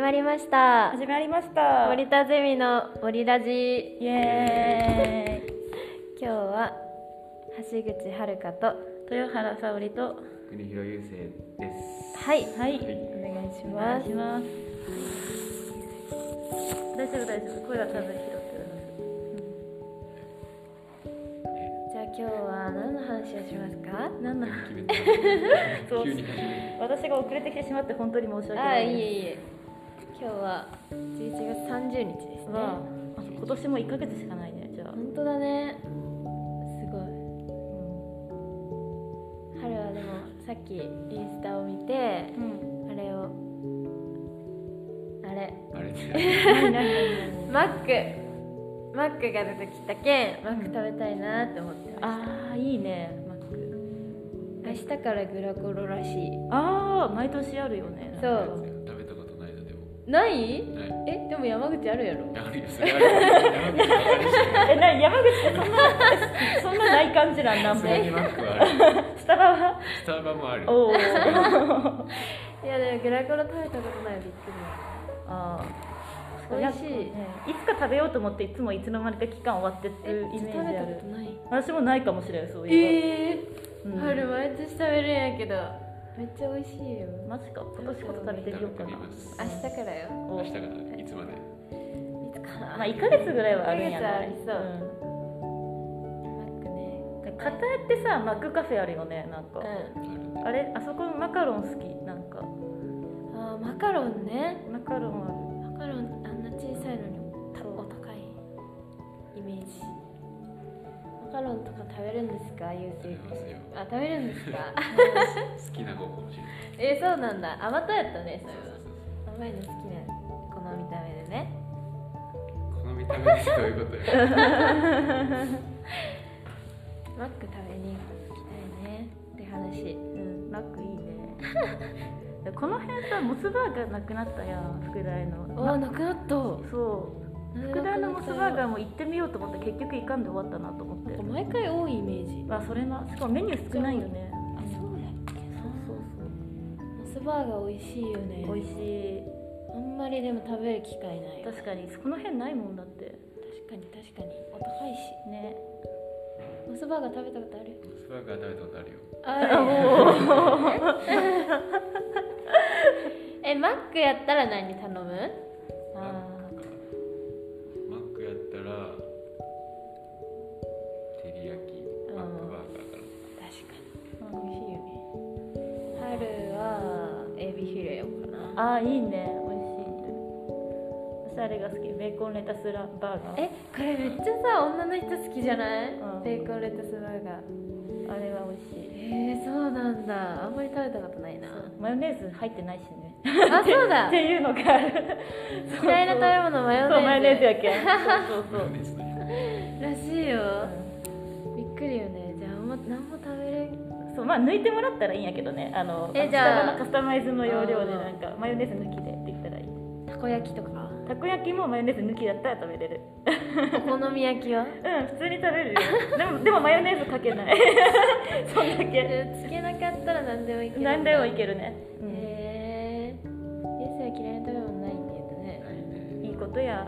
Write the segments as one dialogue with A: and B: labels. A: まりました
B: 始まりました
A: 森田ゼミの森ラジイ
B: イエーイ
A: 今日は橋口遥と
B: 豊原沙織と
C: 国広優生です。
A: はい
B: は
A: お願い
B: い
A: し
B: お
A: ま
B: 願い
A: す
B: します大丈夫大丈夫声が多分拾って
A: じゃあ今日は何の話をしますか
B: おりますなんだ
C: 決めた
B: そう
C: 急に始め
B: 私が遅れてきてしまって本当に申し訳
A: あ
B: な
A: あ
B: い
A: い
B: です
A: えいえ今日は11月30日ですね
B: わああ今年も一ヶ月しかないねじゃあ、
A: 本当だねすご
B: う
A: い春はでもさっきインスタを見て
B: ん、
A: あれをあれ
C: た。あれね。
B: 何何何
A: マックマックが出てきたけんマック食べたいなって思ってまし
B: ああいいねマック
A: た明日からグラコロらしい
B: ああ毎年あるよね
A: そう
C: 食べたことないのでも。
A: ない
C: ない。
A: えでも山口あるやろ
C: あるよ。それあるよ。
B: えな山口ってそんなそんなない感じなんなん
C: 山口
B: も
C: さにマックはある。
B: スタバは
C: スタバもある。
B: おお
A: いやでもグラコロ食べたことないびっく
B: あー
A: 美味しい
B: いつか食べようと思っていつもいつの間にか期間終わってって
A: り
B: るイメージある
A: ない
B: 私もないかもしれんそういう
A: ええ
B: えばうん
A: 春毎年食べるんやけどめっちゃ美味しいよ
B: マジか今年こそ食べてみようかな
C: 食べてみます
A: 明日からよ
B: お
C: 明日からいつまで。
A: いつか
B: ま
A: な
B: あ1ヶ月ぐらいはあるんやな
A: 一ヶ月はありマックね
B: うん片江ってさマックカフェあるよねなんか、
A: う
C: あるね。
B: あれあそこマカロン好きなんか
A: んあーマカロンね
B: マカロンある
A: マカロンあんな小さいのにたお高いイメージマカロンとか食べるんですかゆうせ
C: 食べ
A: い
C: ますよ。
A: あ食べるんですか
C: 好きな子かもしれない。
A: えそうなんだ甘党やったねそれ
C: そうそう
A: は甘いの好きなこの見た目でね
C: そうこの見た目でどういうことよ。
A: マック食べに行きたいねって話
B: うん、マックいい ねこの辺さモスバーガーなくなったやん福大の
A: おー
B: ま
A: なくなった
B: そう
A: なんで
B: 福大のモス
A: なくなっ
B: バーガー
A: たんや
B: も行ってみようと思って結局行かんで終わったなと思って
A: なんか毎回多いイメージ
B: まあそれなしかもメニュー少ないよね
A: あそうやっけな
B: そうそう
A: モスバーガー美味しいよね
B: そう美味し
A: あんまりでも食べる機会ない
B: い
A: よ
B: 確かにこの辺ないもんだって
A: 確かに確かにお高いし
B: ね
A: モスバーガー食べたことある
C: スバーガー食べたことあるよ。
A: あ ええマックやったら何頼む
B: あ
C: マックやったら。照り焼き。マックバーガーか
A: 確
B: ー
A: かに美味しいよね春はエビフィレオかな
B: あーいいね美味しい私あれが好きベーコンレタスラバーガー
A: えこれめっちゃさ女の人好きじゃない、
B: うん
A: ベーコンレタスバーガー
B: あれは美味しい
A: えー、そうなんだあんまり食べたことないな
B: マヨネーズ入ってないしね
A: あそう だ
B: っていうのがある
A: 嫌いな食べ物マヨネーズ
B: そうマヨネーズやけんそうそ
C: ら。
B: うそ
C: マヨ
B: う
C: ネーズね。
A: らしいよ、
B: う
A: びっくりよねじゃああんま何も食べれん
B: んそうまあ抜いてもらったらいいんやけどねあの
A: え
B: あの
A: じゃあ
B: スタバのカスタマイズの要領で
A: あー
B: なんかマヨネーズ抜きでできたらいい
A: たこ焼きとか
B: たこ焼きもマヨネーズ抜きだったら食べれる
A: お好み焼 きは
B: うん普通に食べ るよでもでもマヨネーズかけないそんだけ
A: えつけなかったら何でもいける
B: 何でもいけるね、
A: へえイエスは嫌いな食べ物ないって言うとね
C: ないね。
B: いいことや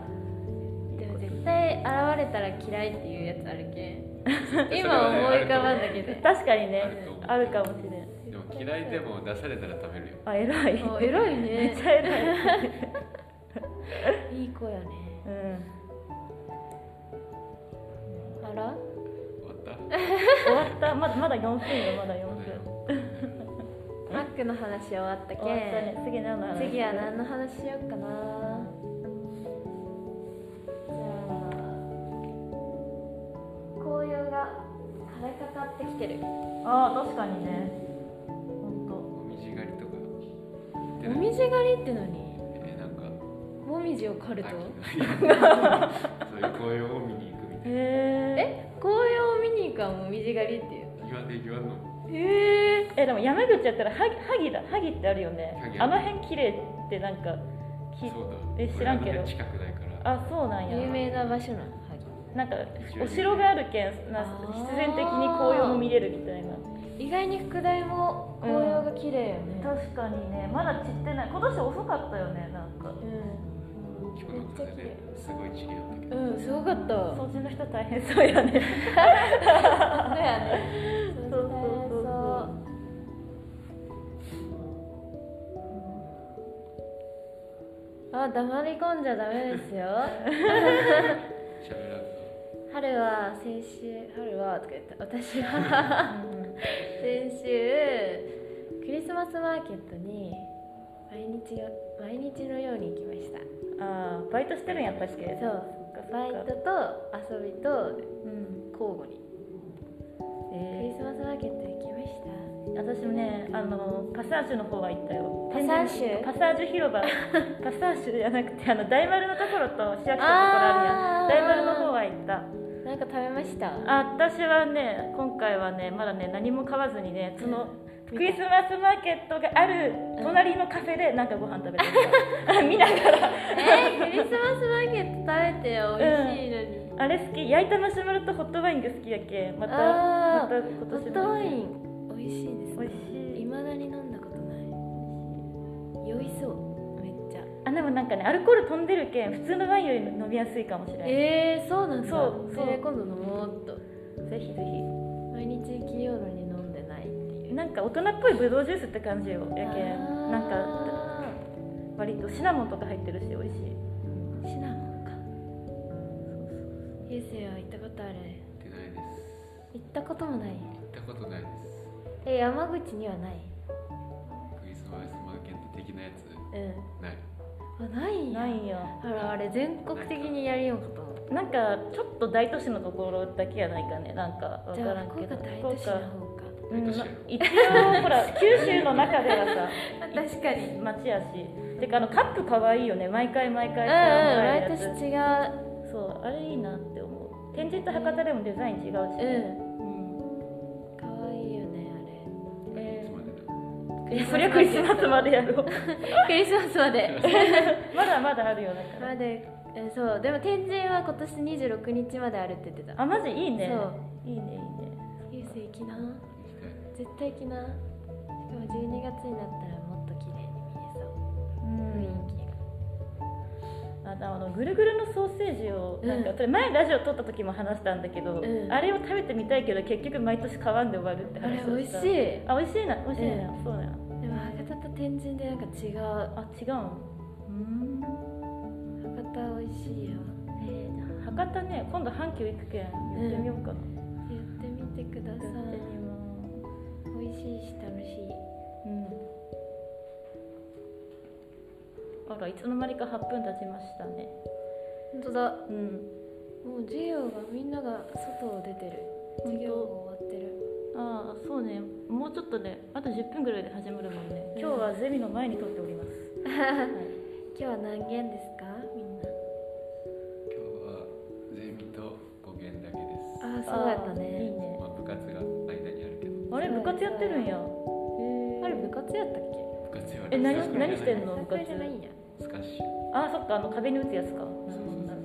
A: でも絶対現れたら嫌いっていうやつあるけ ん今思い浮かばんだけで
B: 確かに
C: あ
B: ね
C: ると思う
B: あるかもしれん
C: でも嫌いでも出されたら食べるよ。
B: あ偉い
A: お偉い
B: めっち
A: ね
B: ゃ偉い、
A: いい子やね
B: うん、
A: あら
C: 終わった。
B: 終わったまだまだ4分よまだ4分
A: マックの話終わったけ
B: 終わったね
A: ん
B: 次何の話
A: 次は何の話しようかなじゃあ紅葉が枯れかかってきてる
B: ああ確かにね本
C: もみじ狩りとか。
A: もみじ狩りって何
C: えー、なんか。
A: もみじを狩ると
C: 秋のそういう紅葉を見に行くみ
B: 当
C: たいな。
B: へえ
A: え紅葉を見に行くはもみじ狩りっていう
C: 言わんで言わんの。
A: へえ
B: えでも山口やったら萩萩だ萩ってあるよね
C: 萩あ
B: あ
C: る
B: の辺綺麗ってなんかき
C: そうだ。
B: え知らんけど
C: 俺あの辺近くないから。
B: あそうなんや
A: 有名な場所なの萩
B: なんかお城があるけんな
A: あー
B: 必然的に紅葉も見れるみたいな
A: 意外に副題も紅葉が綺麗よね、
B: 確かにねまだ散ってない今年遅かったよねなんか
A: う
C: 今日の風ですごいチリだったけど
A: ん、うん、すごかった
B: 掃除の人大変そうやね
A: そうやね
B: そうそうそうそう
A: あ黙り込んじゃダメですよ
C: 喋らず
A: 春は先週春はとか言って私は先週クリスマスマーケットに毎日よ毎日のように行きました
B: ああバイトしてるんや確かに
A: そうバイトと遊びと
B: うん
A: 交互にクリ
B: え
A: スマスマーケット行きました
B: ー、私もねあのパサージュの方は行ったよ
A: パサージュ
B: パサージュ 広場パサージュじゃなくてあの大丸のところと市役所のところ
A: あー
B: あるやん大丸の方は行った
A: なんか食べました
B: あ私はね今回はねまだね何も買わずにねそ
A: う
B: の
A: ん
B: クリスマスマーケットがある隣のカフェでなんかご飯食べてた 見ながら
A: えー、クリスマスマーケット食べてよ美味しいのに、
B: あれ好き焼いたマシュマロとホットワインが好きやけまた
A: あー
B: また今
A: ホ
B: 年
A: ットワイン美味しいです
B: 美味し
A: い
B: い
A: まだに飲んだことない酔いそうめっちゃ
B: あでもなんかねアルコール飛んでるけん普通のワインより飲みやすいかもしれない
A: えー、そうなんだ
B: そうそう
A: えー今度飲もうっと
B: ぜひぜ
A: 毎日金曜のに飲んでないってい
B: ひ
A: う
B: なんか大人っぽいブドウジュースって感じよやけ
A: あー
B: んなんか割とシナモンとか入ってるし美味しい
A: シナモンかゆうせいは行ったことある
C: 行ってないです
A: 行ったこともない
C: 行ったことないです
A: え山口にはない
C: クリスマスマーケット的なやつ
A: う
C: ない
A: んあないんや
B: ないんよ
A: あらあれ全国的にやりようかと思う
B: なんかちょっと大都市のところだけやないかねなんかわ
A: じ
B: か
A: ゃあ
B: らん
A: 福
B: け
A: 岡
B: ど
A: 大都市の方
B: 福岡
A: か
B: うん
C: 大都市やろ
B: 一応ほら九州の中ではさ
A: 確かに
B: 町やしてかあのカップかわいいよね毎回毎
A: うんう
B: 回
A: ん
B: さもらえ
A: 毎
B: るやつ
A: 年違う
B: そうあれいいなって思う天神と博多でもデザイン違うし、
A: う
B: うん
A: んかわいいよね
C: い
B: え
C: つまでだ
A: あ
B: ー
A: れ
B: いやそりゃクリスマスまでや ろ
A: クリスマスまで
B: まだまだあるよだか
A: ま
B: ら
A: でえそうでも天神は今年26日まであるって言ってた
B: あマジいいね
A: そう
B: いいねいいね
A: 流星行きな
C: 行きたい
A: 絶対行きなしかも12月になったらもっと綺麗に見えそう
B: うん
A: 雰囲気が
B: あとあのぐるぐるのソーセージをなんか、
A: うん
B: それ前ラジオ撮った時も話したんだけ
A: う
B: ど、
A: ん
B: あれを食べてみたいけど結局毎年買わんで終わるって
A: あ
B: 話
A: れ
B: を
A: 美味
B: し
A: したいで
B: あ美味しいな美味しいな、そうだよ
A: も博多と天神でなんか違う
B: あ違うのうん
A: 博多美味しいよ
B: えー博多ね今度阪急行くけん行ってみようかな、
A: やってみてくださ
B: やって
A: い
B: みま
A: 美味しいし楽しい
B: すうんあらいつの間にか8分経ちましたね
A: 本当だ
B: うん
A: もう授業がみんなが外を出てる
B: 本当
A: 授業も終わってる
B: ああそうねもうちょっとであと10分ぐらいで始まるもんね今日はゼミの前に撮っております、はい
A: 今日は何件ですかみんな
C: 今日はゼミと語源だけです
A: ああそうやった
B: あーい
A: ね
B: いね
C: まあ部活が間にあるけど
B: あれ部活やってるんやへー
A: あれ部活やったっけ
C: 部活は
B: え何
C: サークルじゃない
B: 何してんの
A: サークルじゃないんや
C: スカッシュ
B: あそっかあの壁に打つやつかなるほどなる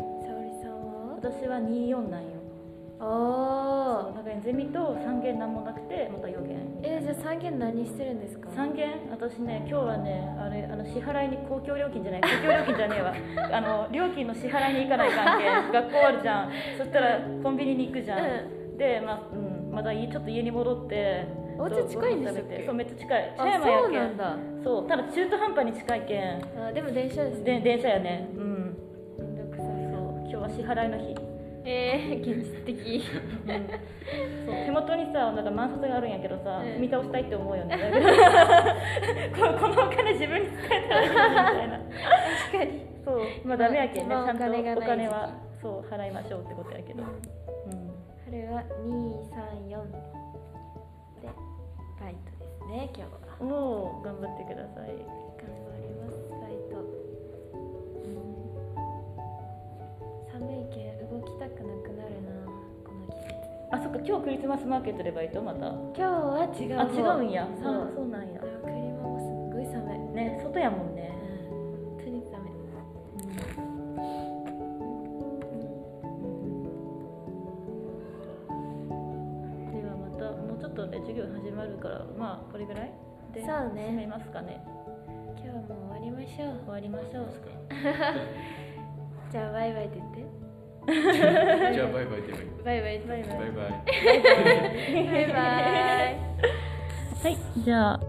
B: ほ
A: 沙織さんは
B: ど私は24なんよ
A: あ
B: そうだからゼミと3弦なんもなくてまた4弦
A: えー、じゃあ三軒何してるんですか
B: 3弦私ね今日はねあれあの支払いに公共料金じゃない公共料金じゃね えわあの料金の支払いに行かない関係学校あるじゃんそしたらコンビニに行くじゃん、でまあうん、またいちょっと家に戻って
A: お家近いんでしたっけ
B: そうご飯食べてそうめっちゃ近い
A: あ
B: 茶山や
A: そう
B: け
A: なん
B: ん
A: だ
B: そうただ中途半端に近いけん
A: あでも電車です
B: で
A: ね
B: 電車やねうん
A: めんどくさい
B: そう今日は支払いの日、
A: えー、現実的
B: そう手元にさなんか万札があるんやけどさ、
A: うん
B: 見倒したいって思 うよねこ このお金自分に使えたらいいのにみたいな
A: 確かに
B: そうまあダメやけんね、
A: まあ
B: ちゃんと
A: お金がない
B: お
A: 時期
B: 金はそう払いましょうってことやけど、うん、
A: 春は二三四でバイトですね今日は
B: もう頑張ってくださ
A: 頑張
B: い
A: りますバイト、寒いけん動きたくなくなるなこの季節
B: あそっか今日クリスマスマーケットでバイトまたあ
A: 今日は違う
B: 違うんや
A: そ
B: あ
A: う
B: そうなんや
A: 車もすっごい寒い、
B: ね外やもんね、
A: うん、本当に寒い
B: うんっとね授業始まるからまあこれぐらいで
A: そうね
B: 締めますかね
A: 今日も終わりましょ
B: 終
A: う
B: わりましょ
C: どう
B: う
C: ですか
A: じゃあバイバイって言って
C: じゃあバイバイでもいい
A: バイバイバイ
C: バイバイ
A: バイバイ
B: はいじゃあ